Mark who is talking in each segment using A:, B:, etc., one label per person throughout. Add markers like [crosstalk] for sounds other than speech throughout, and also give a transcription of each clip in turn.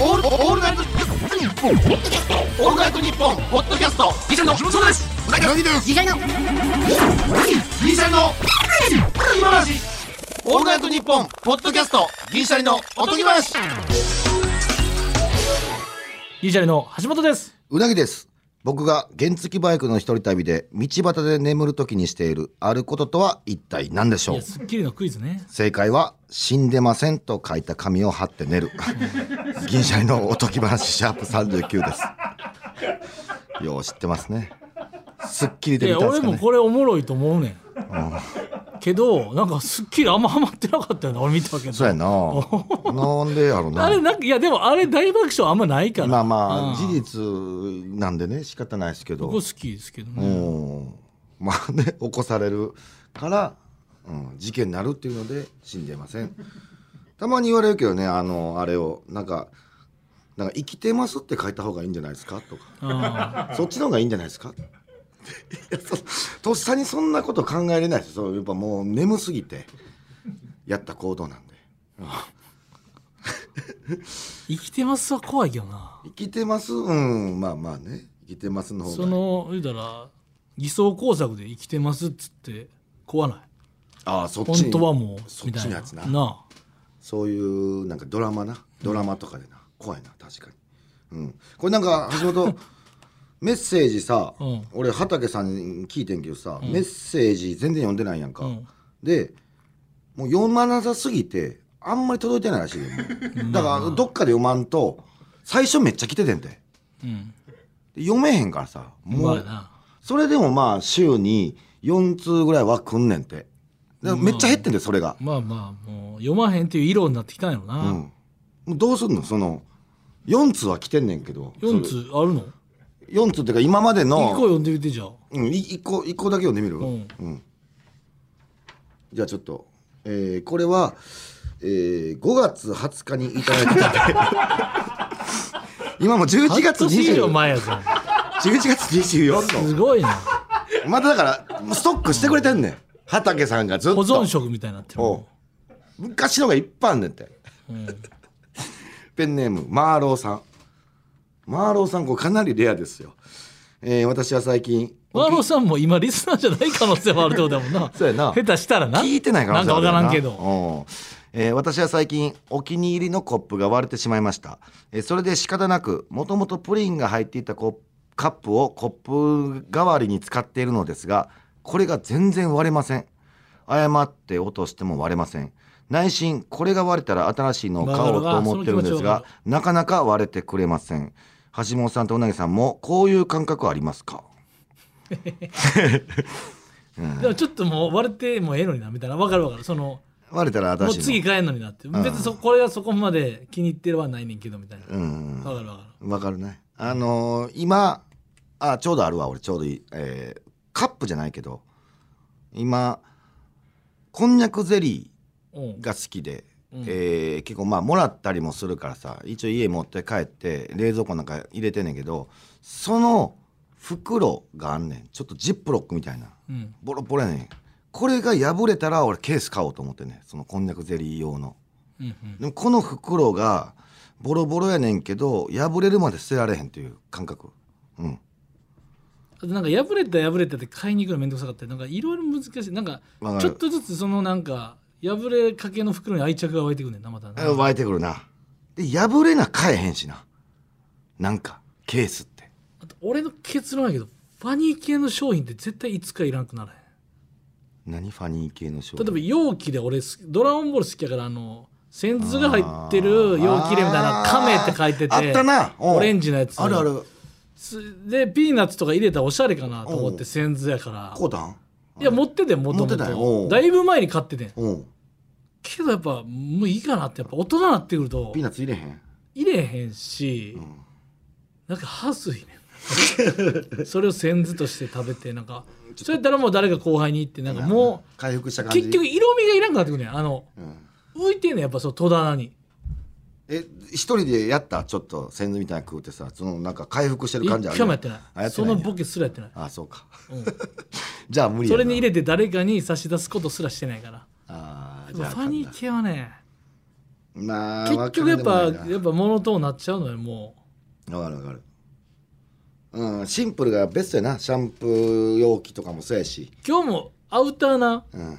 A: オールオールナイトニッポンオールナイトニッポンポッドキャストギシャリのそうですうなぎです
B: ギシャリの
A: ギシャリの今話オールナイトニッポンポッドキャストギシャリのおとぎ話
C: ギシャリの橋本です
D: うなぎです。僕が原付バイクの一人旅で道端で眠る時にしているあることとは一体何でし
C: い
D: ょう
C: やスッキリのクイズね
D: 正解は「死んでません」と書いた紙を貼って寝る銀シャリのおとぎ話シャープ39ですよう知ってますねすっきり
C: い
D: で見
C: や
D: たんです
C: 俺
D: か
C: も
D: ね
C: これおもろいと思うねんけどなんかスッキリあんま [laughs] ハマってなかったよね俺見たわけど
D: そうやななんでやろ
C: あ
D: な
C: れなんかいやでもあれ大爆笑あんまないから
D: まあまあ
C: うん
D: 事実なんでね仕方ないですけど
C: 僕好きですけど
D: う
C: ね
D: んまあね起こされるから、うん、事件になるっていうので死んでませんたまに言われるけどねあのあれをなんかなんか生きてますって書いた方がいいんじゃないですかとか
C: あ
D: そっちの方がいいんじゃないですかい [laughs] やそとっさにそんなこと考えれないですよそうやっぱもう眠すぎてやった行動なんで
C: 生きてますは怖いけどな
D: 生きてますうんまあまあね生きてますの方が
C: その言うたら偽装工作で生きてますっつって怖ない
D: ああそっち
C: 本
D: に
C: 当はもう
D: そっ
C: みた
D: ち
C: い
D: の
C: な
D: やつな
C: な
D: そういうなんかドラマなドラマとかでな、怖いな確かに、うん、これなんか
C: [laughs]
D: 橋本メッセージさ、
C: うん
D: 俺畑さんに聞いてんけどさ、メッセージ全然読んでないやんか、
C: うん
D: でもう読まなさすぎてあんまり届いてないらしいよもうだからどっかで読まんと最初めっちゃ来ててんてで
C: あうん
D: 読めへんからさも
C: 怖いうな
D: それでもまあ週に4通ぐらいは来んねんてだからめっちゃ減ってんてそれが
C: まあまあもう読まへんっていう色になってきたんやろ
D: うん
C: な、
D: もうどうすんのその4通は来てんねんけど
C: 四4通あるの
D: 4通っていうか今まで
C: 1個
D: の
C: 読んでみてじゃあ
D: うんい一個一個だけ読んでみる、
C: うん
D: うんじゃあちょっと、えーこれは、えー5月20日にいただいてた [laughs] 今もう11月
C: 半年以上
D: 20
C: 前やぞ
D: 11月24
C: す
D: の
C: ごいな
D: まただからストックしてくれてんねん畑さんがずっ
C: 保
D: と
C: 存食みたいになってる
D: おう昔のがいっぱいあんねんて
C: うん
D: ペンネームマーローさんマーローさんこれかなりレアですよ、えー私は最近
C: ワーローさんも今リスナーじゃない可能性もあるってことだもん
D: [laughs]
C: な
D: そうやな
C: 下手したらな
D: 聞いてないから
C: なんかわからんけど
D: えー私は最近お気に入りのコップが割れてしまいました、えーそれで仕方なくもともとプリンが入っていたコップカップをコップ代わりに使っているのですがこれが全然割れません誤って落としても割れません内心これが割れたら新しいのを買おうと思ってるんです
C: わかるわその気持ちわ
D: が
C: か
D: なかなか割れてくれません橋本さんとうなぎさんもこういう感覚ありますか
C: でもちょっともう割れてもええのになみたいなわかるわかるその
D: 割れたら
C: も
D: 新
C: う
D: しいの
C: 次買えんのになって別にそこれはそこまで気に入ってるはないねんけどみたいなわ
D: うん
C: かるわかる
D: わかるね。あのー今、あ、ちょうどあるわ、俺、ちょうどいい。えーカップじゃないけど、今、こんにゃくゼリ
C: うん
D: ーが好きで、
C: うん
D: えー結構まあ、もらったりもするからさ、一応家持って帰って、冷蔵庫なんか入れてんねんけど、その袋があんねん。ちょっとジップロックみたいな。
C: うん
D: ボロボロやねん。これが破れたら俺ケース買おうと思ってねそのこんにゃくゼリー用の
C: うんうん
D: でもこの袋がボロボロやねんけど破れるまで捨てられへんという感覚うん
C: あとなんか破れた破れたって買いに行くのめんどくさかったりなんかいろいろ難しいなんか
D: わかる
C: ちょっとずつそのなんか破れかけの袋に愛着が湧いてくんねんなまたな
D: 湧いてくるなで破れな買えへんしななんかケースって
C: あと俺の結論やけどファニー系の商品って絶対いつかいらなくならへん
D: 何ファニー系の商
C: 例
D: 品
C: えば容器で俺すドラゴンボール好きやからあの先図が入ってる容器入れみたいな「
D: あー
C: 亀」って書いてて
D: あったなおう
C: オレンジのやつ
D: あるある
C: すでピーナッツとか入れたらおしゃれかなと思
D: お
C: って
D: う
C: 先図やから
D: こうだん
C: いや持っててもと
D: 持
C: も
D: ってたよお
C: と
D: う
C: だいぶ前に買っててん
D: うん
C: けどやっぱもういいかなってやっぱ大人になってくると
D: ピーナッツ入れへん
C: 入れへんし、なんかはずいねんそれを先図として食べてなんかそれやったらもう誰か後輩に行ってなんかもう
D: 回復した感じ
C: 結局色味がいらなくなってくるねんあの
D: うん
C: 浮いてんねんやっぱその戸棚に
D: え一人でやったちょっと先祖みたいなの食うてさそのなんか回復してる感じ
C: 一
D: ある
C: 回もやってない
D: あやって
C: そ
D: ない
C: の
D: んや
C: ボケすらやってない、
D: あそうか [laughs]
C: うん
D: じゃあ無理や
C: そ
D: な
C: れに入れて誰かに差し出すことすらしてないから
D: あー
C: フ
D: じゃあ
C: ァニー系はね
D: まあ
C: 結局やっぱ
D: わ
C: や
D: かるでもないな
C: っぱモノトーンになっちゃうのよも
D: わかるわかるうんシンプルがベストやなシャンプー容器とかもそうやし
C: う今日もアウターな
D: うん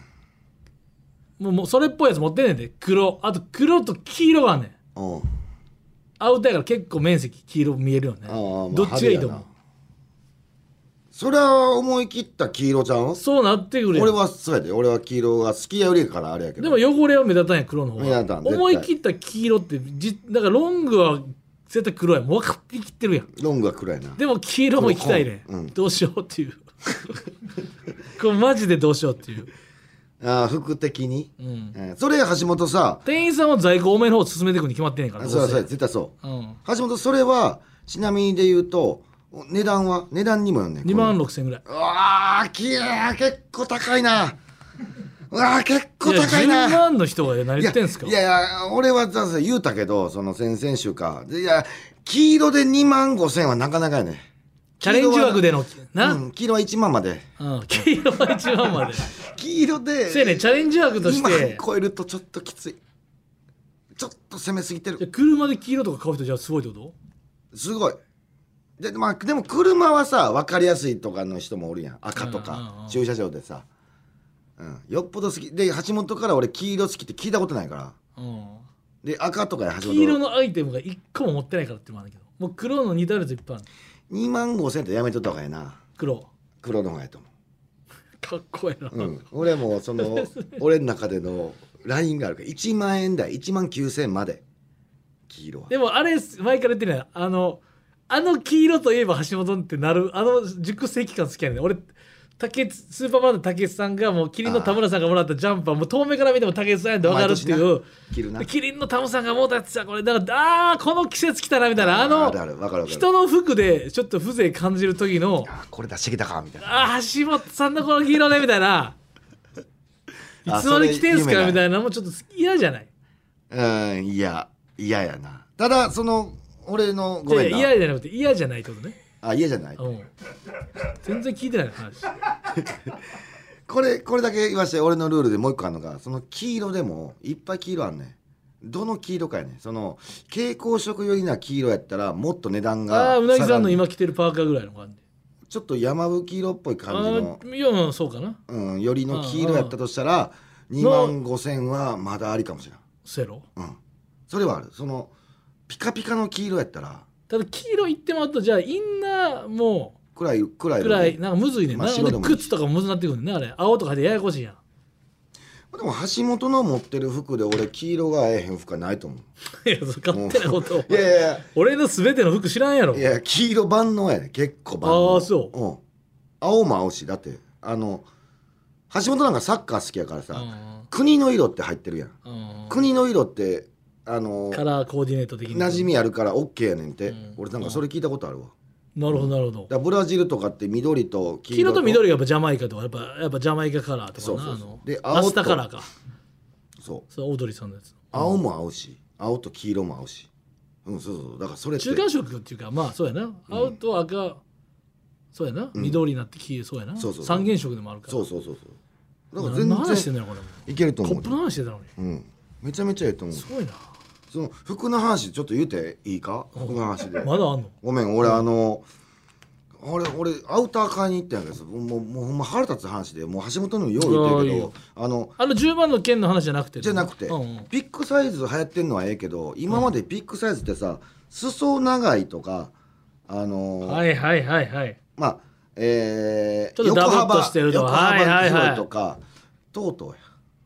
C: もうもうそれっぽいやつ持ってんねんで黒あと黒と黄色があんねん
D: おう
C: アウターやから結構面積黄色見えるよね
D: ああまあ
C: どっちがいいと
D: 派手や
C: 思
D: なそれは思い切った黄色ちゃん
C: うそうなってくるやん
D: 俺はそうやで俺は黄色が好きやよりからあれやけ
C: で
D: ど
C: も汚れは目立たんやん黒の方
D: 目立た
C: が
D: ん絶対
C: 思い切った黄色ってじだからロングは絶対黒やんもう分かってきてるやん
D: ロングは暗いな
C: でも黄色も行きたいね、
D: うん
C: どうしようっていう [laughs] これマジでどうしようっていう、
D: あー服的に、
C: うん、
D: えーそれ橋本さ
C: 店員さんは在庫多めの方を進めていくに決まってんねんから
D: あそうやそうや
C: どう
D: 絶対そう
C: せうん、
D: 橋本それはちなみにで言うとお値段は値段にもよんねん
C: 2万6000円ぐらいう
D: わーきやー結構高いなうわー結構
C: いや
D: 高いな
C: 10万の人が何言ってんすか
D: いやいやいや俺はだ言うたけどその先々週かでいや黄色で2万5千はなかなかやね
C: チャレンジ枠でのな、う
D: うんん、黄色は1万まで
C: 黄色は1
D: [laughs]
C: 万まで
D: 黄色で
C: せやねんチャレンジ枠とし
D: 2万
C: て
D: 超えるとちょっときついちょっと攻めすぎて
C: じゃ
D: る
C: あ車で黄色とか買う人じゃあすごいってこと
D: すごいで,、まあ、でも車はさ分かりやすいとかの人もおるやん赤と
C: うんうんう
D: か
C: ん
D: 駐車場でさ、うん、よっぽど好きで橋本から俺黄色好きって聞いたことないから
C: うん
D: で赤とかや橋本
C: 黄色のアイテムが1個も持ってないからってのもあるんだけどもう黒の似たやついっぱいある
D: 2万5千ってやめとった方がええな
C: 黒
D: 黒の方がええと思う
C: かっこええな、
D: うん、俺もそ
C: [laughs]
D: の俺の中でのラインがあるから1万円台1万9000円まで黄色は
C: でもあれ前から言ってるやんあのあの黄色といえば橋本ってなるあの熟成期間好きやねん俺竹内スーパーマンの竹内さんがもうキリンの田村さんがもらったジャンパーもう遠目から見ても竹内さんやんって分かるっていう
D: 着るな
C: キリンの田村さんがもうだってさこれだからあーこの季節来たなみたいなあの
D: るあるわかるわかる
C: 人の服でちょっと風情感じる時の
D: あこれ出してきたかみたいな
C: あー橋本さんのこの黄色ねみたいないつまで着てんす
D: それ夢
C: か
D: だ
C: みたいなのもちょっと嫌じゃない
D: うんいや嫌やなただその俺のごめん
C: い
D: な
C: や嫌じゃなくて嫌じゃないってことね
D: あ嫌じゃない
C: うん全然聞いてないの話
D: これこれだけ言わして俺のルールでもう一個あるのがその黄色でもいっぱい黄色あんねんどの黄色かやねんその蛍光色よりな黄色やったらもっと値段が
C: ああうなぎさ
D: 下
C: んの
D: がる
C: 今着てるパーカーぐらいの感じ
D: ちょっと山吹色っぽい
C: あ
D: 感じの
C: ーいやうんそうかな
D: うん、よりの黄色やったとしたら2万5千はまだありかもしれない、
C: セロ
D: うん、それはあるそのピカピカの黄色やったら
C: ただ黄色いってもらうとじゃあインナーも
D: 暗い暗い
C: くらいなんかむずいねんな、
D: まあ白でもいいし
C: で靴とかもむずなってくるねんなあれ青とかでややこしいやん [laughs]
D: でも橋本の持ってる服で俺黄色が合えへん服はないと思う
C: いやそう勝手なことを
D: いやいやい
C: 俺の全ての服知らんやろ
D: や [laughs] いや黄色万能やね結構万能、
C: あーそう
D: ん、青も青しだってあの橋本なんかサッカー好きやからさ、
C: うん
D: 国の色って入ってるやん、
C: うん
D: 国の色ってあの
C: カラーコーディネート的に
D: 馴染みあるから OK やねんて、
C: うん
D: 俺なんかそれ聞いたことあるわ、
C: なるほどなるほど
D: だからブラジルとかって緑と黄色
C: 黄色と緑がやっぱジャマイカとかやっぱやっぱジャマイカカラーとかな
D: そうそうそう
C: あの
D: で青と
C: ラスタカラーか
D: そう
C: そうオードリーさんのやつ
D: 青も青し青と黄色も青しうんそうそうそうだからそれって
C: 中間色っていうかまあそうやな青と赤、そうやな緑になって消えそうやな、
D: そうそう
C: 三原色でもあるから
D: そうそうそうそうだから
C: 何の話して
D: 全然
C: んのよこれも
D: いけると
C: コ
D: 思
C: ッ
D: う
C: プの話してたのに
D: うんめちゃめちゃええと思う
C: すごいな
D: その服の話ちょっと言うていいか服の話で
C: まだあんの
D: ごめん俺あの俺俺アウター買いに行ったんやけどもうもうほんま腹立つ話でもう橋本にもよう言うてる
C: い
D: け
C: やい
D: どあの
C: あの10万の件の話じゃなくて
D: じゃなくて、
C: うんうん
D: ビッグサイズ流行ってんのはええけど今までビッグサイズってさ裾長いとかあのー
C: はいはいはいはい
D: まあえー、
C: ちょっとダボっとしてると
D: 横幅
C: はい
D: 横
C: は
D: 幅
C: いはい
D: 広いとか、とうとうや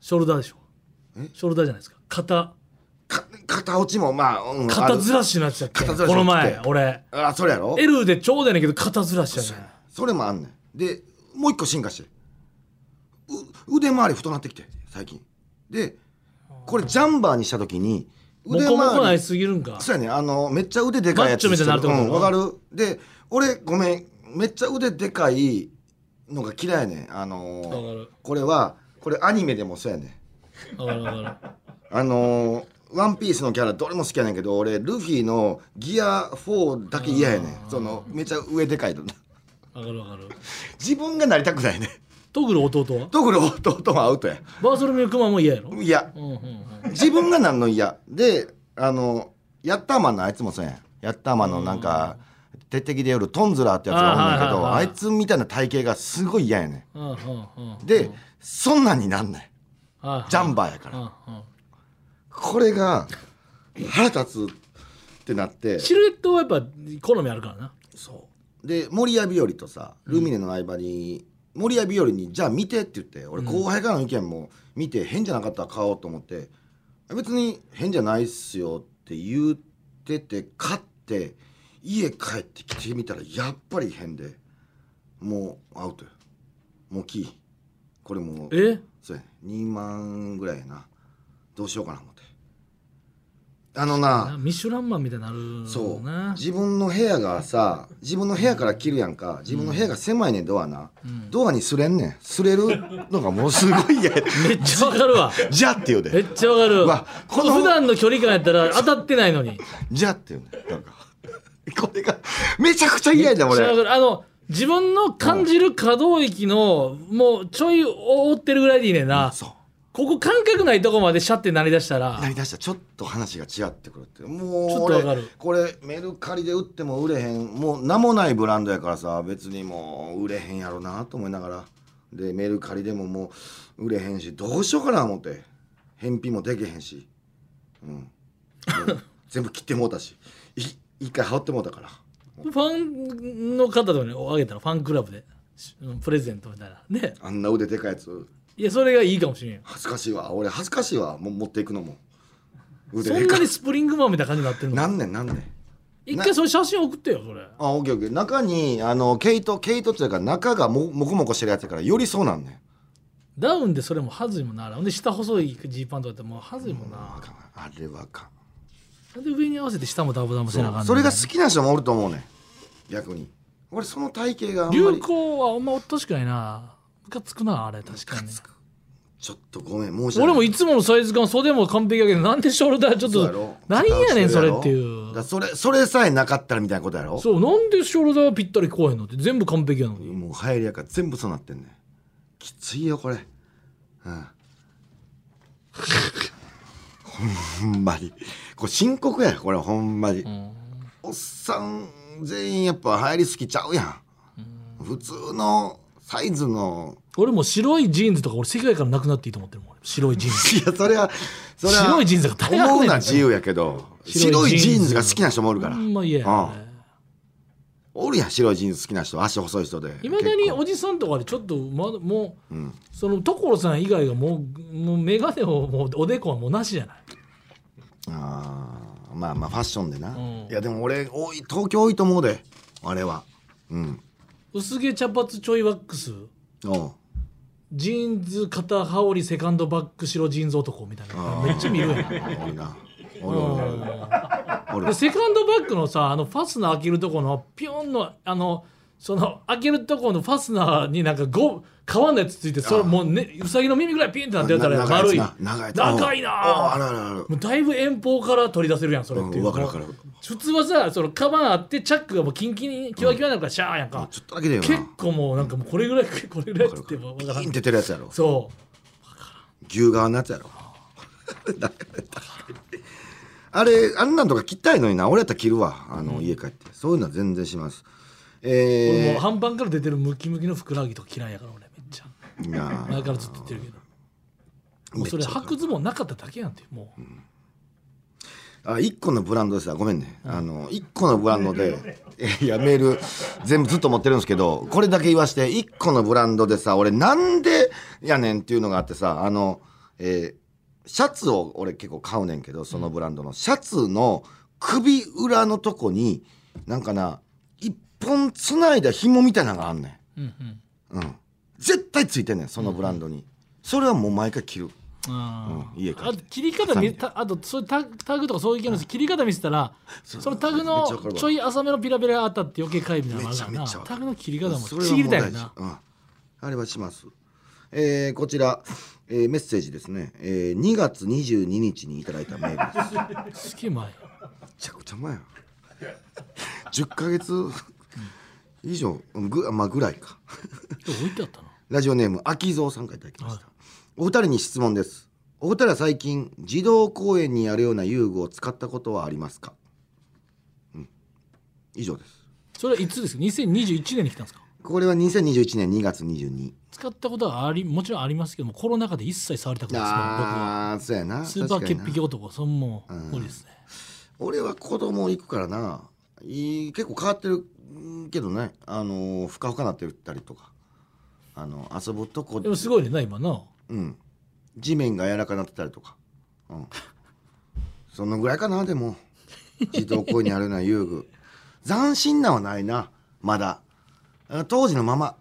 C: ショルダーでしょ
D: え
C: ショルダーじゃないですか肩
D: か肩落ちもまあ、うん、あ
C: 肩
D: る
C: ずらしになっちゃって
D: 肩ずらし
C: この
D: 起き
C: 前
D: て
C: 俺
D: あそれやろ
C: L でちょうだいねんけど肩ずらしやねん
D: それもあんねんでもう一個進化してう腕周り太なってきて最近でこれジャンバーにした時に
C: もこもこなりすぎるんか
D: そうやねあのめっちゃ腕でかいやつ
C: マッチョみたいになるってこと
D: うんわ、かるで俺ごめんめっちゃ腕でかいのが嫌いやねんあのー
C: わかる
D: これはこれアニメでもそうやねん
C: わかるわかる
D: あのーワンピースのキャラどれも好きやねんけど俺ルフィのギア4だけ嫌やねんそのめっちゃ上でかいの [laughs]
C: わかるわかる
D: 自分がなりたくないね
C: トグル [laughs] 弟は
D: トグル弟はアウトや
C: バーソルミュークマンも嫌やろ、
D: いや
C: うんうんうん、
D: 自分がなんの嫌であのヤッターマンのあいつもそうやんヤッターマンのなんか鉄壁で夜トンズラーってやつがおんねんけ
C: あはいはいはい
D: ど
C: は
D: あ
C: い
D: いつみたいな体型がすごい嫌やね
C: うんうんうん
D: んでそんなんになんないジャン
C: バ
D: バーやから
C: ー
D: これが腹立つってなって
C: シルエットはやっぱ好みあるからな
D: そうで守谷日和とさルミネの相場に、守谷日和に「じゃあ見て」って言って俺後輩からの意見も見て変じゃなかったら買おうと思って「別に変じゃないっすよ」って言ってて買って家帰ってきてみたらやっぱり変でもうアウトよもうキーこれもう
C: え
D: そうやね2万ぐらいやなどうしようかな思ってあのな
C: ミシュランマンみたいになる
D: そう
C: な
D: 自分の部屋がさ自分の部屋から切るやんか自分の部屋が狭いねんドアな、
C: ん
D: ドアにすれんねんすれるのがもうすごい [laughs] 嫌や
C: めっちゃわかるわ
D: じゃって言う
C: め
D: で
C: っちゃわかる
D: うわこ
C: こ
D: の
C: の普段の距離感やったら当たってないのに
D: じゃって言うねんなんか [laughs] これがめちゃくちゃ嫌やで
C: めっちゃわ
D: 俺
C: かるあの自分の感じる可動域のもうちょい覆ってるぐらいでいいねんな
D: そう
C: ここ感覚ないとこまでシャってなりだしたら
D: なりだしたらちょっと話が違ってくるってもう
C: ちょっとわか
D: 俺
C: る
D: これメルカリで売っても売れへんもう名もないブランドやからさ別にもう売れへんやろなと思いながらでメルカリでももう売れへんしどうしようかな思って返品もできへんし、うん、
C: [laughs]
D: もう全部切ってもうたしい一回羽織ってもうたから
C: ファンの方とかにあげたらファンクラブでしプレゼントみたいなね
D: あんな腕でかいやつ
C: いやそれがいいかもしれんよ
D: 恥ずかしいわ俺恥ずかしいわもう持っていくのも腕
C: そ
D: で
C: ん
D: か
C: ないにスプリングマンみたいな感じになってるの
D: なんねんなんねん
C: 一回それ写真送ってよそれ
D: あ、オッケーオッケー。中に、あの、毛糸、毛糸っていうか、中がも、もこもこしてるやつだから、よりそうなんねん。
C: ダウンでそれもはずいもんなあれほんで下細いジーパンとかやってもうはずいもん
D: あ
C: な
D: かんあれはあかん
C: なんで上に合わせて下もダボダボせなあかんねん
D: それが好きな人もおると思うねん。逆に。俺、その体型があんま
C: 流
D: り。
C: 行はあんまおっとしくないなムカつくなあれ確かに
D: ちょっとごめん、申し訳ない。
C: 俺もいつものサイズ感袖も完璧やけどなんでショルダーちょっ
D: そうやろ
C: と何やねん
D: 片
C: そ
D: 足
C: れ
D: やろ
C: ってい
D: だ
C: う
D: からそれ、それさえなかったらみたいなことやろ
C: そうなんでショルダーぴったりこうへんのって全部完璧やのに
D: もう流行りやから全部そうなってんねん。きついよ、これ。うん。 [laughs] ほんまに。これ深刻や、これ、ほんまに。おっさん全員やっぱ流行り好きちゃうやん普通のサイズの [laughs]
C: 俺もう白いジーンズとか俺世界からなくなっていいと思ってるもん俺白いジーンズ
D: いやそれはそれは
C: 白いジーンズが誰が
D: 思う
C: 履くねん
D: のは自由やけど白
C: 白
D: い
C: い
D: ジ
C: ジーンズ
D: ーンズが好きな人もおるか
C: ほ
D: ら
C: んま嫌や
D: うん
C: あれ
D: おるやん白いジーンズ好きな人足細い人で
C: いまだに
D: 結構
C: おじさんとかでちょっとまだもう、
D: ん
C: その所さん以外がもうもう眼鏡をもうおでこはもうなしじゃない
D: あーまあまあファッションでな、
C: ん
D: いやでも俺多い東京多いと思うであれはうん
C: 薄毛茶髪ちょいワックス
D: おう
C: ジーンズ肩羽織セカンドバック白ジーンズ男みたいなめっちゃ見るやん
D: おる
C: [laughs]
D: なおるおるおるおる
C: でセカンドバッグのさあのファスナー開けるとこのピョンのあのその開けるとこのファスナーになんかゴ革のやつついてそれもうねうさぎの耳ぐらいピンってなってるやつあ
D: な長い
C: るやん丸い
D: やつな長いやつ
C: 長い
D: おうおうあ
C: な
D: るあるある
C: もうだいぶ遠方から取り出せるやんそれっていう
D: うんわかるわかる
C: 普通はさそのカバンあってチャックがもうキンキンにキワキワになるからシャーやんか、
D: ちょっとだけでよな
C: 結構もうなんかもうこれぐらいこれぐらいって言っても
D: ピ
C: わか
D: ー
C: ら
D: ン
C: ん
D: って出るやつやろ
C: そ
D: 牛革のやつやろ [laughs] だからだからあれあんなんとか切ったいのにな俺やったら切るわあの、家帰ってそういうのは全然します
C: う、俺
D: え
C: もう半端から出てるムキムキのふくらはぎとか嫌いやから俺めっちゃ
D: ー、いやー
C: 前からずっと言ってるけどもうそれ
D: めっちゃ
C: 履くズボンなかっただけやんてもう、
D: あ一個のブランドですごめんね、あの一個のブランドで [laughs] いやメール全部ずっと持ってるんですけどこれだけ言わして一個のブランドでさ俺なんでやねんっていうのがあってさあの、えーシャツを俺結構買うねんけどそのブランドの、シャツの首裏のとこになんかな一本つないだ紐みたいなのがあんねん。
C: うんうん
D: うん、絶対ついてんねんそのブランドに、それはもう毎回着る
C: あ
D: うん家帰って
C: あと切り方見たあとそういうタタグとかそういう系の切り方見せたらそのタグ
D: めっちゃわか
C: の
D: るわ
C: ちょい浅めのピラピラあたって余計かいみたいなのがあるから
D: め
C: な
D: ちゃめちゃわかる
C: タグの切り方も
D: それは
C: ちぎりた
D: も
C: い
D: う
C: も
D: ん大
C: な
D: 事うんあれはします。えーこちら、えーメッセージですね、えー2月22日にいただいたメール
C: [laughs]
D: です。め
C: すげえ前
D: ちゃくちゃ前や。10ヶ月以上、うんぐまあ、ぐらいか。
C: 置いてあったな
D: ラジオネーム秋蔵さんからいただきました、お二人に質問ですお二人は最近児童公園にあるような遊具を使ったことはありますか、うん、以上です
C: それはいつですか2021年に来たんですか
D: これは2021年2月22
C: 使ったことはありもちろんありますけどもコロナ禍で一切触りたくないですもん僕
D: あ
C: は
D: あそうやな
C: スーパー
D: 確かにな
C: 潔癖男そんもう
D: うん
C: 無理ですね
D: 俺は子供行くからないい結構変わってるうんけどねあのーふかふかなってたりとかあの遊ぶとこ
C: でもすごいねな今な
D: うん、地面が柔らかなってたりとか、うん、そのぐらいかなでも児童公園にあるような遊具 [laughs] 斬新なはないなまだあ当時のまま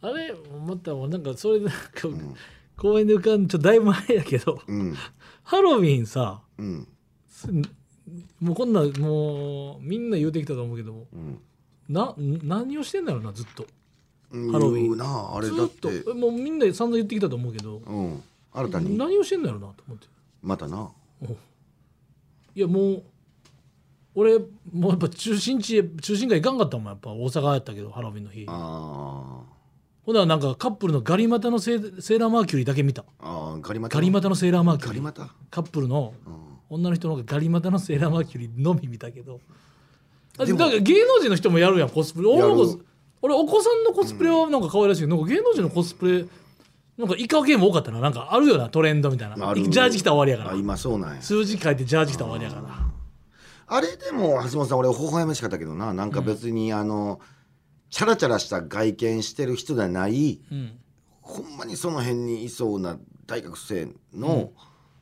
C: あれまたもうなんかそれなんか、公園で浮かんちょっとだいぶ前やけど
D: うん
C: ハロウィンさ
D: うん
C: すもうこんなんもうみんな言うてきたと思うけども
D: うん
C: な何をしてんだろうなずっと
D: ハ
C: ハロウィン
D: なあれ
C: ず
D: だっ
C: ってとえもうみんな散々言ってきたと思うけど
D: うん新たに
C: 何をしてんだろうなと思って
D: またな
C: おいやもう俺もうやっぱ中心地へ中心街行かんかったもんやっぱ大阪やったけどハロウィンの日
D: あ
C: ほななんかカップルのガリ股のセーセーラーマーキュリーだけ見た
D: ーあーガリマタ
C: ガリ股のセーラーマーキュ
D: ガ
C: リ
D: リ
C: ー
D: マタ
C: カップルの
D: うん
C: 女の人の方がガリ股のセーラーマーキュリーのみ見たけどだ
D: でも
C: から芸能人の人もやるやんコスプレ俺の
D: や
C: 子
D: る
C: 俺お子さんのコスプレはなんか可愛らしいけど、なんか芸能人のコスプレなんかイカゲーム多かったななんかあるよなトレンドみたいな
D: ある
C: ジャージ着たら終わりや
D: あ
C: から
D: 今そうなんや
C: 数字書いてジャージ着たら終わりやから
D: あれでも橋本さん俺微笑ましかったけどななんか別にあの、チャラチャラした外見してる人ではない
C: うん
D: ほんまにその辺にいそうな大学生の、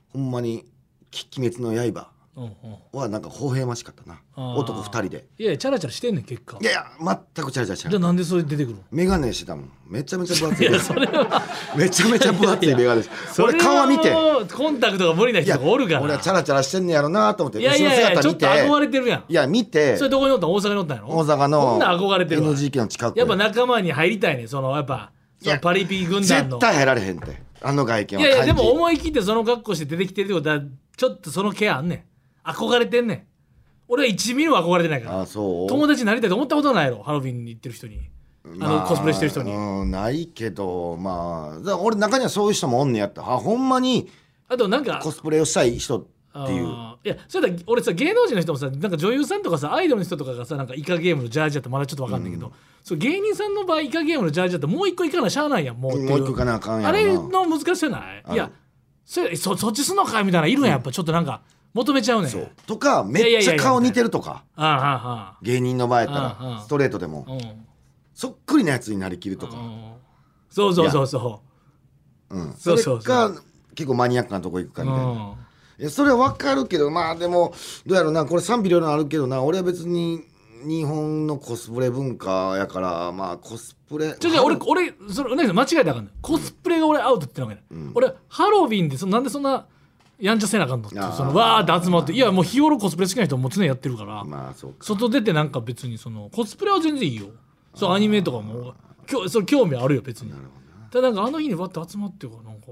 D: ほんまに「鬼滅の刃
C: うんうん」
D: はなんか微笑ましかったな
C: あー
D: 男2人で
C: いやいやチャラチャラしてんねん結果
D: い
C: じ
D: やいや全くチャラチャラし
C: ゃ
D: な
C: あ
D: い
C: なんでそれ出てくるの
D: 眼鏡してたもんめちゃめちゃ分厚い
C: いやそれは
D: めちゃめちゃ分厚い眼鏡して俺顔は見て
C: それはもうコンタクトが無理ない人
D: や
C: がおるから
D: 俺はチャラチャラしてんねやろなと思って
C: いやいやいや
D: 後
C: ち
D: ろ
C: ょっと
D: 姿見て
C: 憧れてるやん
D: いや見て
C: それどこにおったん大阪におったんやろ
D: 大阪
C: こ
D: の
C: んなん憧れてるわ
D: NGK の近く
C: やっぱ仲間に入りたいねそのやっぱそ
D: い
C: の
D: や
C: パリピ軍団
D: 絶
C: の
D: 対入られへんってあの外見
C: い
D: は
C: やいやでも
D: 感
C: 思い切ってその格好して出てきてるってことはちょっとそのケアあんねん憧れてんねん俺は1ミリも憧れてない
D: じ
C: から
D: あそう
C: 友達になりたいと思ったことないやろハロウィンに行ってる人にあ
D: ま
C: のコスプレしてる人に
D: うんないけどまあだから俺中にはそういう人もおんねやったあほんまに
C: あとなんか
D: コスプレをしたい人っていう
C: あーいやそれだ俺さ芸能人の人もさなんか女優さんとかさアイドルの人とかがさなんかイカゲームのジャージだとまだちょっと分かんないけど、そう芸人さんの場合イカゲームのジャージだともう一個いかなしゃあないやんもうっていう
D: もう一個行かなあかんや
C: あれ
D: ろな
C: の難しさない
D: ある
C: いやそれそそっちすんのかいみたいないるんややっぱちょっとなんか求めちゃうねん
D: そうとか
C: い
D: め
C: や
D: っ
C: い
D: ち
C: や
D: ゃ
C: いや
D: 顔似てるとか
C: ああ
D: 芸人の場合やった
C: うんう
D: ら
C: ん
D: ストレートでも
C: ああうん
D: そっくりなやつになりきると
C: う
D: か
C: んそうそうそうそ
D: うんそ
C: そう
D: れ
C: そうそう
D: か結構マニアックなとこ行くか
C: う、う、
D: みたいなんいやそれはわかるけどまあでもどうやろうなこれ賛否両論あるけどな俺は別に日本のコスプレ文化やからまあコスプレ
C: ちょちょ俺俺それうなぎさん間違えたらあかんねんコスプレが俺アウトってのがね、俺ハロウィンでそのなんでそんなやんちゃせなあかんのって
D: あー
C: そのわーって集まっていやもう日頃コスプレ好きな人もう常にやってるから、
D: まあそうか
C: 外出てなんか別にそのコスプレは全然いいよそうアニメとかもきょそれ興味あるよ別に
D: なるほどな
C: ただなんかあの日にわって集まってるからなんか、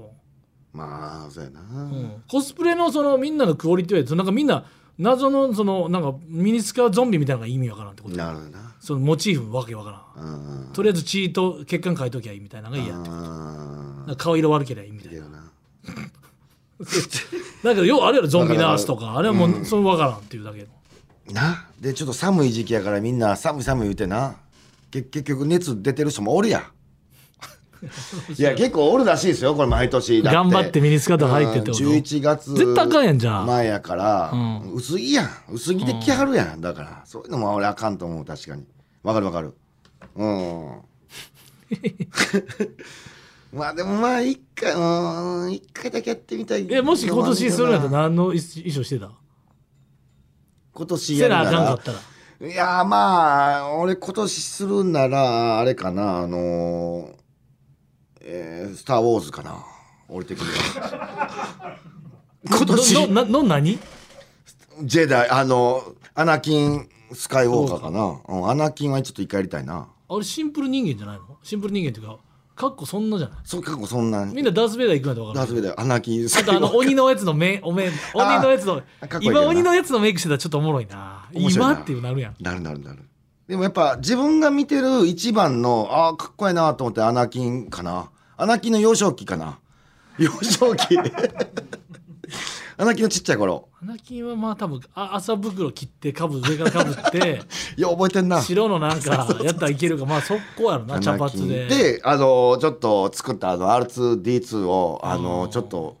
D: まあそうやな、
C: うん、コスプレのそのみんなのクオリティはなんかみんな謎のそのなんかミニスカゾンビみたいなのが意味わからんってこと
D: なるほどな
C: そのモチーフわけわからん
D: うん
C: とりあえず血と血管変えときゃいいみたいなのがいいや
D: うん
C: なんか顔色悪けりゃいいみたい
D: け
C: な
D: どな
C: だけどようあれやろゾンビナースとかあれはもうそのわからんっていうだけの、
D: なでちょっと寒い時期やからみんな寒い寒い言うてなけ結局熱出てる人もお
C: [laughs]
D: るやいや結構おるらしいですよこれ毎年だ
C: 頑張ってミニスカート入ってってこと
D: うん11月
C: 絶対あかんやんじゃあ
D: 前やから、
C: ん
D: 薄いやん薄着で着はるやん、だからそういうのも俺あかんと思う確かにわかるわかるうん
C: [laughs]
D: まあでもまあ一回うん一回だけやってみたい
C: えもし今年するんやったら
D: な
C: 何の衣衣装してた
D: 今年や
C: せ
D: る
C: な
D: な
C: あ
D: ら
C: かんかったら
D: いやーまあ俺今年するんならあれかなあのーえースター・ウォーズ」かな俺的に
C: [laughs]
D: は今
C: の
D: 年
C: のの何
D: ジェダイあのアナキン・スカイウォーカーかな、うん、アナキンはちょっと一回やりたいな
C: あれシンプル人間じゃないのシンプル人間っていうかかっこそんなじゃない
D: そう過去そんな
C: み
D: に
C: んなダース・ベイダー行くなんて分か
D: ダー
C: る
D: ス・ベイダーアナキン・ス
C: あ
D: カ
C: と
D: イ
C: あ
D: ウォー
C: の
D: カー
C: 鬼のやつの目お面
D: [laughs]
C: 鬼のやつの
D: あかっこいいけどな
C: 今鬼のやつのメイクしてたらちょっとおもろいな
D: [laughs] 面白いな
C: 今っていうなるやん
D: なるなるなるでもやっぱ自分が見てる一番のああかっこいいなと思ってアナキンかなアナキンの幼少期か
C: [laughs]
D: な幼少期 [laughs] アナキンのちっちゃい頃
C: 花金はまあ多分あ麻袋切ってかぶ上からかぶって
D: [laughs] よう覚えてんな
C: 白のなんかやったらいけるかまあ速攻やろな茶髪で
D: であのちょっと作ったあの R2D2 をあのちょっと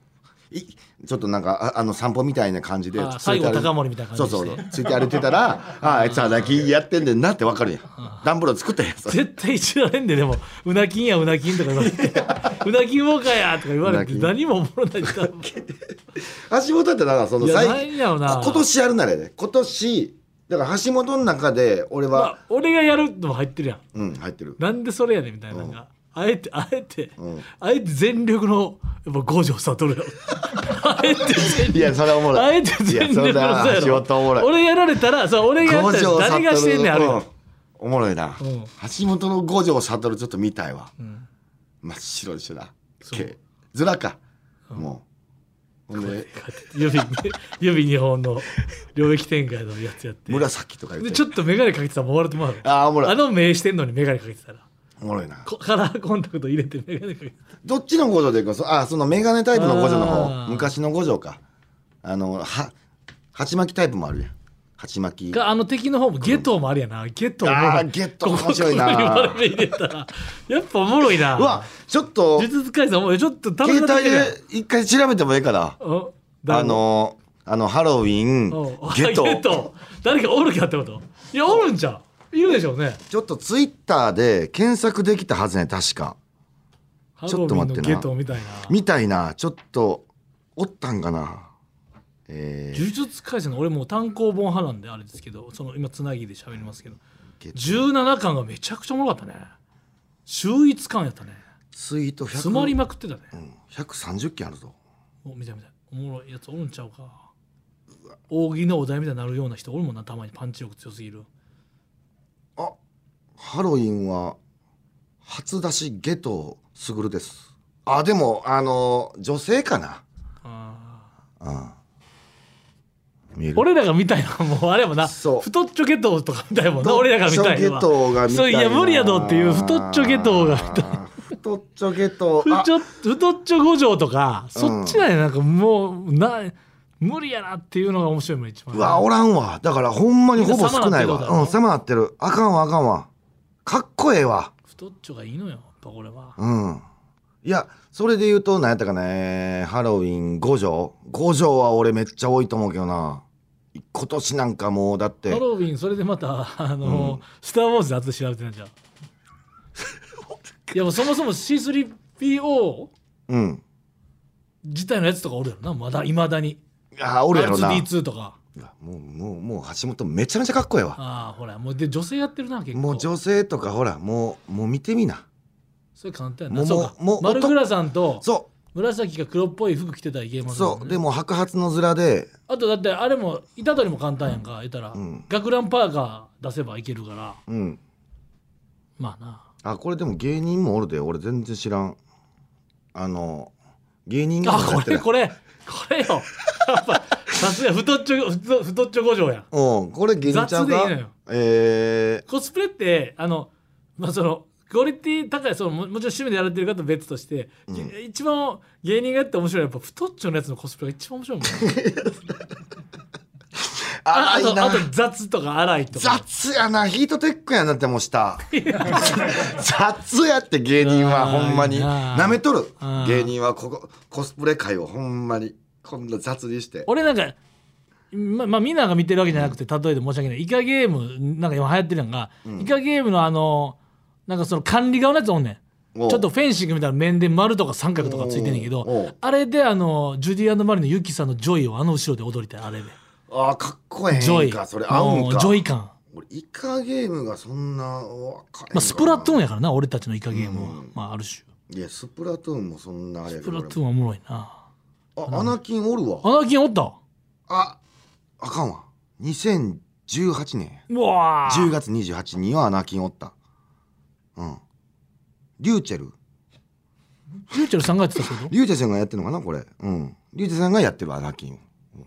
D: いちょっとなんかああの散歩みたいな感じで
C: あ最後高森みたいな感じで
D: そうそうそうついて歩いてたらあああいつは泣きやってんねんなってわかるやんダンボール作ったやつ
C: 絶対いじられんででも「うなきんやうなきん」とか言われて「うなきんウォーカーや」とか言われて
D: うな
C: 何もおもろない多分
D: 橋本ってだからその
C: いや
D: 最
C: ないやろな
D: 今年やるならやで今年だから橋本の中で俺
C: ま
D: は、
C: あ俺がやるのも入ってるやん
D: うん入ってる
C: なんでそれやねんみたいなのが、あえてあえて、
D: うん
C: あえて全力のやっぱ五条
D: [laughs]
C: 悟やろあえて全
D: いやそれはおもろい
C: あえて全力の
D: いやそ
C: さ
D: れ
C: や
D: は橋
C: ろ
D: 本おもろい
C: 俺やられたらそう俺がやったら誰がしてんねんあれ、
D: うんおもろいな、
C: うん
D: 橋本の五条悟ちょっと見たいわ
C: うん
D: 真っ白でしょな
C: そう
D: けずらか、もうほんで
C: 指に指2本の領域展開のやつやって
D: 紫とか言って
C: でちょっと眼鏡かけてたらもう笑ってもらう
D: ああおもろ
C: あ
D: い
C: の目してんのに眼鏡かけてたら
D: おもろいな
C: こカラーコンタクト入れて眼鏡かけて
D: どっちの五条でいくのあそのメガネタイプの五条の
C: あ
D: 方
C: ー
D: 昔の五条かあのは鉢巻きタイプもあるやん鉢巻き
C: かあの敵の方もゲトもあるやなゲトも
D: あーゲット面白いな
C: ここに丸目入れたらやっぱおもろいな
D: うわちょっと
C: 呪術廻戦おもろいちょっと楽し
D: 携
C: なって
D: 帯
C: きてるやん
D: で一回調べてもいいから
C: お誰
D: あのあのハロウィン
C: お
D: ゲト
C: [laughs] ゲト誰かおるかってこといやおるんじゃんいるでしょうね
D: ちょっとツイッターで検索できたはずね確かちょっと待ってな
C: ハロウィンのゲトみたいな
D: みたいなちょっとおったんかなえー
C: 呪術廻戦の俺もう単行本派なんであれですけどその今つなぎで喋りますけど
D: ゲト
C: 17巻がめちゃくちゃおもろかったね週1巻やったね
D: ツイート100
C: 詰まりまくってたね
D: うん、130件あるぞ
C: お見た見たおもろいやつおるんちゃうか大喜利のお題みたいになるような人おるもんなたまにパンチ力強すぎる
D: あハロウィンは初出しゲトスグルですあでもあの女性かな
C: あ
D: うん見え
C: ー
D: る
C: 俺らが見たいのはもうあれやもんな
D: そう
C: 太っちょゲトとか見たいもんな俺らが見たいの
D: ゲトが
C: は
D: 見た
C: そう
D: い
C: い
D: な
C: や無理やどっていう太っちょゲトが見たい
D: 太っちょゲト
C: 太
D: あ
C: っちょ太っちょ五条とかそっちだよなんかもうな無理やなっていうのが面白いもん一番
D: うわおらんわだからほんまにほぼ少ない
C: みんな様なってることだろ
D: わうん様なってるあかんわあかんわかっこええわ
C: 太っちょがいいのよやっぱこれは
D: うんいやそれで言うと何やったかねハロウィン五条五条は俺めっちゃ多いと思うけどな今年なんかもうだって
C: ハロウィンそれでまたあの、スター・ウォーズで後で調べてないじゃんいやもうそもそも C3PO
D: うん
C: 自体のやつとかおるやろなまだいまだに
D: あおるやろな
C: R2D2 とか
D: うわもうもうもう橋本めちゃめちゃかっこええわ
C: ああほらもうで女性やってるな結構
D: もう女性とかほらもうもう見てみな
C: それ簡単や
D: もう
C: なそうか
D: もう
C: 丸倉さんと
D: そ
C: 紫が黒っぽい服着てたゲーム
D: うそうでも白髪の面で
C: あとだってあれも板取りも簡単やんか言ったら、
D: ん
C: 学ランパーカー出せばいけるから
D: うん
C: まあな
D: あこれでも芸人もおるで俺全然知らんあの芸人が
C: あこれこ
D: れ
C: れこれよやっぱさすが太っちょ太太っちょ五条やん
D: うんこれ芸人ちゃう
C: 雑
D: か
C: でいいのよ
D: え
C: コスプレってあのまあそのクオリティ高いそのももちろん趣味でやられてる方は別として、げ一番芸人がやって面白いのはやっぱ太っちょのやつのコスプレが一番面白いもんね
D: ー、
C: あ
D: 荒
C: あ
D: い
C: と
D: な
C: あと雑とか荒いとか
D: 雑やなヒートテックやなってもうした雑やって芸人
C: [laughs]
D: はほんまに
C: うわー
D: なめとる
C: あー
D: 芸人はここコスプレ界をほんまにこんな雑にして
C: 俺なんかままあみんなが見てるわけじゃなくて例えて申し訳ないイカゲームなんか今流行ってるやんか、イカゲームのあのなんかその管理側のやつおんねん
D: おう
C: ちょっとフェンシングみたいな面で丸とか三角とかついてんねんけ
D: おうおう
C: どあれであのジュディマリのユキさんのジョイをあの後ろで踊りたいあれで
D: あーかっこえ
C: ジョ
D: えん
C: イ
D: かそれ合うん
C: も
D: か
C: ジョイ感、
D: 俺イカゲームがそんなわかれんかな
C: まあ、スプラトゥーンやからな俺たちのイカゲームは、まあ、ある種
D: いやスプラトゥーンもそんなあれや
C: ス
D: けど
C: プラト
D: 俺
C: ゥーンはおもろいな
D: もあアナキンおるわ
C: アナキンおった
D: ああかんわ2018年
C: うわー
D: 10月28日にはアナキンおったうんリューチェル
C: リューチェルさんがやってたけど
D: リューチェルさんがやってるのかなこれうんリューチェルさんがやってるアナキン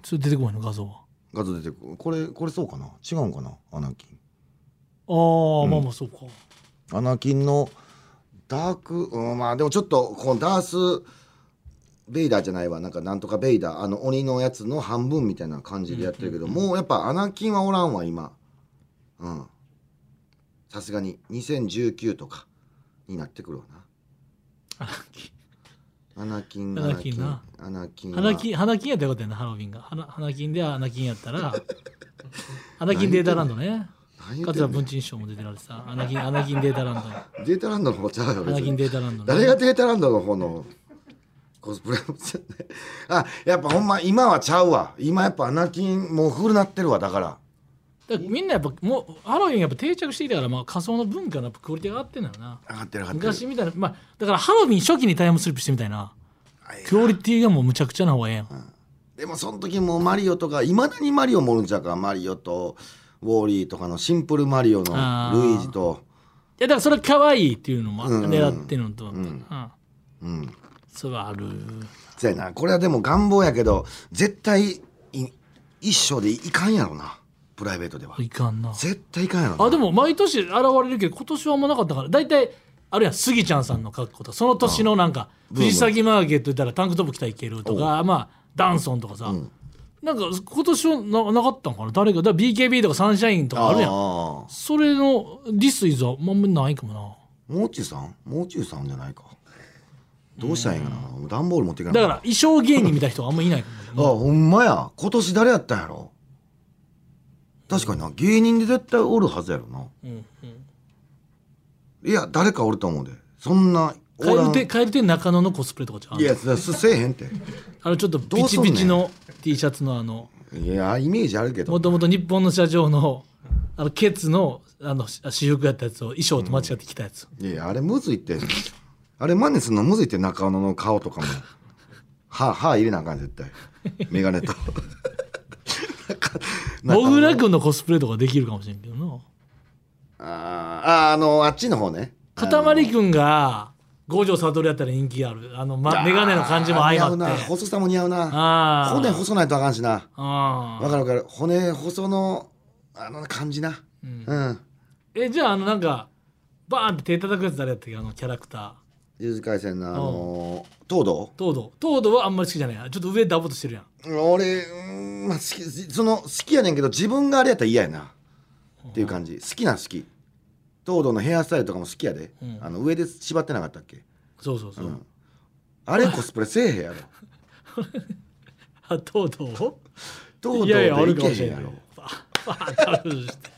C: それ出てこないの画像は
D: 画像出てくるこれこれそうかな違うんかなアナキン
C: ああ、まあまあそうか
D: アナキンのダーク、うん、まあでもちょっとこのダースベイダーじゃないわなんかなんとかベイダーあの鬼のやつの半分みたいな感じでやってるけど、もうやっぱアナキンはおらんわ今うんさすがに2019とかになってくるわ
C: 花
D: なアナキン
C: アナキンな
D: アナキンは
C: 金花金やったらよかったよなハロウィンが花花金で花金やったら花金データランドね
D: 何言って
C: 桂
D: んね
C: 文
D: ん
C: 珍賞も出てられてさ花金花金データランド
D: データランドの方ちゃうよ別
C: 花
D: に
C: 金データランド、ね、
D: 誰がデータランドの方のコスプレをしちゃって [laughs] あやっぱほんま今はちゃうわ今やっぱアナキンもうフルなってるわだから
C: だからみんなやっぱもうハロウィンやっぱ定着してきたから、まあ、仮想の文化のやっぱクオリティが上がってんだよな
D: 上がってる上がって
C: 昔
D: る
C: みたいなまあだからハロウィン初期にタイムスリップしてみたいなクオリティがもうむちゃくちゃな方がええやん
D: でもその時もうマリオとかいまだにマリオもおるんちゃうかマリオとウォーリーとかのシンプルマリオの
C: あー
D: ルイージと
C: いやだからそれは可愛いっていうのも
D: うん
C: 狙ってるのと思った、
D: うん
C: うん
D: うん
C: それはある
D: そうやなこれはでも願望やけど絶対い一生でいかんやろなプライベートではい
C: かんな
D: 絶対いかんやろな
C: あでも毎年現れるけど今年はあんまなかったから大体あるやんスギちゃんさんの格好とかその年のなんか
D: ブーム
C: 藤崎マーケット行ったらタンクトップ着たらいけるとかまあダンソンとかさ、なんか今年はななかったんかな誰かだから BKB とかサンシャインとかあるやん
D: あー
C: それの「This is」はあんまないかもな
D: もう中さんもう中さんじゃないかどうしたらいいんかな段ボール持っていかな
C: だ
D: い
C: から衣装芸人みたいな人はあんまいないか
D: あ
C: も
D: ほんまや今年誰やったんやろ確かにな芸人で絶対おるはずやろな
C: うん
D: いや誰かおると思うでそんなおらん
C: 蛙亭蛙亭中野のコスプレとかじゃん
D: いやそそせえへんって
C: あのちょっとピチピチの T シャツのあの
D: いやイメージあるけど
C: もともと日本の社長のあのケツのあのし私服やったやつを衣装と間違ってきたやつ、
D: いやあれむずいってあれマネすんのむずいって中野の顔とかも歯歯入れなあかん絶対メガネ
C: [laughs]
D: と中
C: モ
D: 野
C: グラ君のコスプレとかできるかもしれんけどな
D: あーあーあのあっちの方ね
C: 塊君が五条悟やったら人気あるあの、ま、眼鏡の感じも相
D: 似合
C: ま
D: うな
C: って
D: 細さも似合うな
C: あ
D: 骨細ないとあかんしな
C: あ
D: わかるわかる骨細のあの感じな
C: う
D: うん
C: ん、えじゃああのなんかバーンって手叩くやつ誰やったっけあのキャラクター
D: 十字回戦のあのー東堂
C: 東堂東堂はあんまり好きじゃないなちょっと上ダボっとしてるやん
D: 俺うーんまあ好きその好きやねんけど自分があれやったら嫌やなっていう感じ好きな好き東堂のヘアスタイルとかも好きやで、
C: うん
D: あの上で縛ってなかったっけ
C: そうそうそう、
D: んあれコスプレせえへ
C: [laughs]
D: んやろ
C: あ東堂
D: 東堂
C: いやいやあ
D: で
C: る
D: い
C: か
D: け
C: もし
D: へん
C: れ
D: や
C: ない
D: ろ
C: バーバーンってダボっとして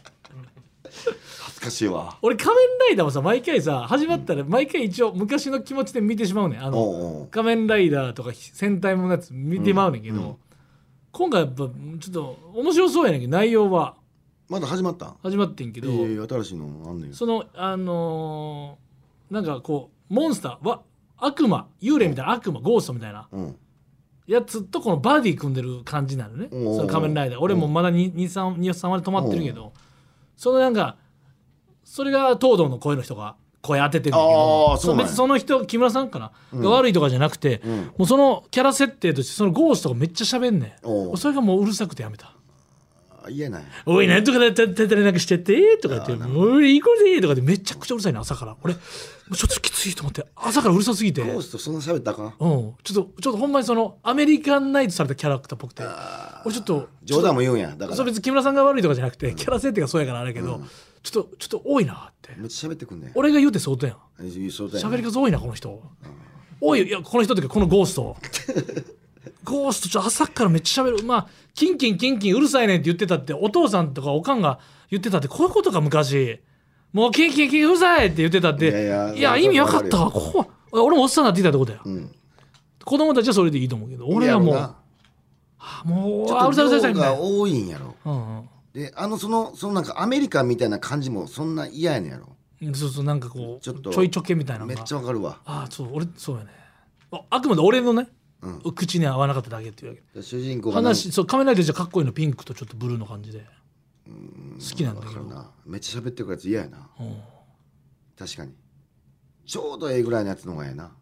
D: 恥ずかしいわ
C: 俺仮面ライダーもさ毎回さ始まったら毎回一応昔の気持ちで見てしまうねんあの
D: おうおう
C: 仮面ライダーとか戦隊ものやつ見てまうねんけど、今回やっぱちょっと面白そうやねんけど内容は
D: まだ始まったん
C: 始まってんけど、
D: いやいや新しいのあんねんよ
C: そのあのーなんかこうモンスターは悪魔幽霊みたいな悪魔ゴーストみたいな
D: うん
C: やつとこのバディ組んでる感じなのねそ
D: おー
C: の仮面ライダー俺もまだ23割止まってるけどそのなんかそれが東堂の声の人が声当ててるんだけ
D: あー
C: ど
D: そうなんや
C: 別にその人木村さんかな、が悪いとかじゃなくて、
D: ん
C: もうそのキャラ設定としてそのゴーストがめっちゃ喋んね
D: おうん
C: それがもううるさくてやめた。
D: あ言えない
C: おい、なんとかだたたたらなんかしてって、とか言って、もう俺行こうぜとかでめちゃくちゃうるさいな、朝から。俺、もうちょっときついと思って、朝からうるさすぎて。
D: コー
C: うん、ち
D: スとそんな喋ったらあかん
C: ょっと、ちょっとほんまにその、アメリカンナイトされたキャラクターっぽくて。俺ちょっと、
D: 冗談も言うんやだか
C: そ
D: らめ
C: れ
D: っ
C: 別に木村さんが悪いとかじゃなくて、キャラ設定がそうやからあれやけど、ちょっと、ちょっと多いなって。
D: ちゃ喋ってくんねん
C: 俺が言うて相当やん。
D: えそうだよね
C: 喋り方多いな、この人。多いよ、いや、この人っていうか、このゴースト。ゴースト、ちょ朝からめっちゃ喋る。まあ、キンキンキンキンうるさいねんって言ってたって、お父さんとかおかんが言ってたって、こういうことか、昔。もう、キンキンキンうるさいって言ってたって、
D: いやいや
C: 意味わかった
D: わ
C: わ、ここは。俺もおっさんになってきたってことや。
D: ん
C: 子供たちはそれでいいと思うけど、俺はもう、あもう、あう
D: ち
C: るさ
D: ょ
C: いう
D: っと
C: るさ
D: 量
C: いみたい
D: が
C: な。
D: 多いんやろ
C: うんうん
D: であのそのそのなんかアメリカンみたいな感じもそんな嫌やねんやろ
C: うんそうそうなんかこう
D: ちょっと
C: ちょいちょけみたいなの
D: めっ
C: が
D: ちゃわかるわ
C: ああそう俺そうやねああくまで俺のね、
D: うん
C: 口に合わなかっただけっていうわけ
D: 主人公がなんか
C: 話そう仮面ライダーじゃかっこいいのピンクとちょっとブルーの感じで好きなんだ
D: わ
C: け
D: か
C: ど
D: るなめっちゃ喋ってくるやつ嫌やな
C: うん
D: 確かにちょうどええぐらいのやつの方がええな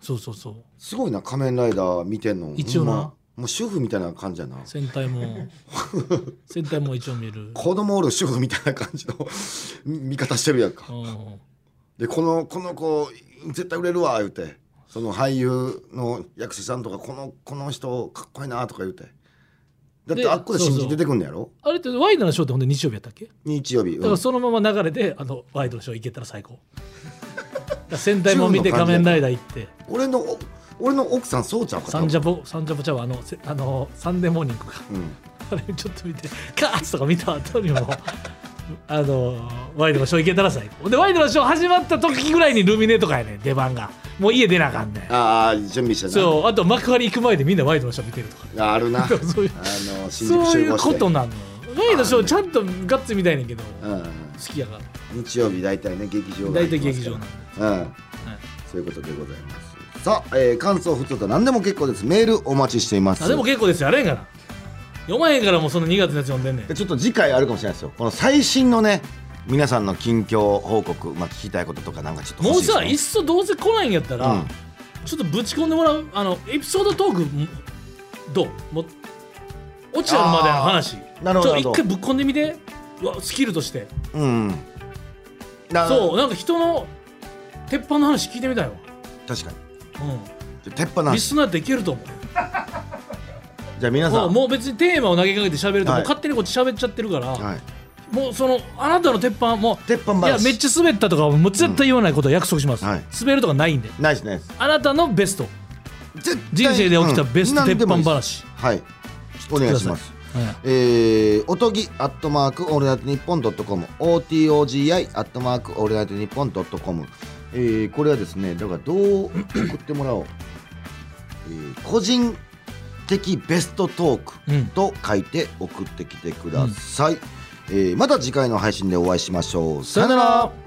C: そうそうそう
D: すごいな仮面ライダー見てんの
C: 一応
D: ほんま
C: な
D: もう主婦みたいな感じやな
C: 戦隊 [laughs] も戦隊も一応見る
D: 子供おる主婦みたいな感じの [laughs] 見方してるやんか
C: うん
D: でこのこの子絶対売れるわ言うてその俳優の役者さんとかこのこの人かっこいいなとか言うてだっ
C: で
D: てあっこで新
C: そうそ
D: 人
C: う
D: 出てくんのやろ
C: あれってワイドなショーってほんで日曜日やったっけ
D: 日曜日、
C: だか
D: う
C: ら
D: ん、
C: そのまま流れであのワイドのショー行けたら最高だから戦隊も見て
D: ジューンの感
C: 仮
D: じや
C: 面ライダー行って
D: 俺のお俺の奥さんそうちゃうか
C: サンジャポサンジャポちゃうわあのせあのサンデーモーニングか
D: うん、
C: あれちょっと見てカーッとか見た後にも [laughs] あのワイドのショー行けたら最高でワイドのショー始まった時ぐらいにルミネとかやねん出番がもう家出なあかんねん
D: ああ準備してな
C: そうあと幕張行く前でみんなワイドのショー見てるとか
D: ああるなあ
C: そういう
D: の新宿
C: そうい
D: 集合
C: う
D: して
C: ことなのワイドショーちゃんとガッツみたいねんけど好
D: うん
C: きやから
D: うん、日曜日大体ね劇場が
C: 大
D: 入
C: 体
D: ってますか
C: 劇場
D: ら
C: なの
D: うんそういうことでございますさあ、えー、感想普通と何でも結構ですメールお待ちしています
C: あでも結構ですよやれんから読まへんからもうその2月のやつ読んでんねん
D: でちょっと次回あるかもしれないですよこの最新のね皆さんの近況報告、まあ、聞きたいこととかなんかちょっと
C: も
D: 欲
C: う
D: しいです
C: さ
D: ね
C: いっそどうせ来ないんやったら、
D: うん
C: ちょっとぶち込んでもらうあのエピソードトークもどうもう落ちあるまでの話
D: なるほどなる
C: ちょ
D: ほ
C: っと一
D: ど
C: 回ぶっ込んでみてうわスキルとして
D: うんな
C: そうなんか人の鉄板の話聞いてみたいわ、
D: 確かに
C: う
D: じゃあ鉄板
C: ん、
D: な
C: リ
D: し
C: スナーっていけると思う
D: じゃあ皆さ
C: もうんもう別にテーマを投げかけて喋ると、
D: はい
C: もう勝手にこっち喋っちゃってるから、
D: はい、
C: もうそのあなたの鉄板も
D: 鉄板
C: ういや
D: 話
C: めっちゃ滑ったとかもう絶対言わないことを約束します、
D: うんはい
C: 滑るとかないんで
D: ナイスナイス
C: あなたのベスト
D: 絶対
C: 人生で起きたベスト
D: うん何
C: 鉄
D: でもい
C: 板
D: いです
C: 話、
D: はいお願いします
C: はい
D: えー、おとぎアットマークオールナイトニッポンドットコム OTOGI アットマークオールナイトニッポンドットコムえーこれはですねだからどう送ってもらおう、えー個人的ベストトーク
C: うん
D: と書いて送ってきてください、えーまた次回の配信でお会いしましょうさよなら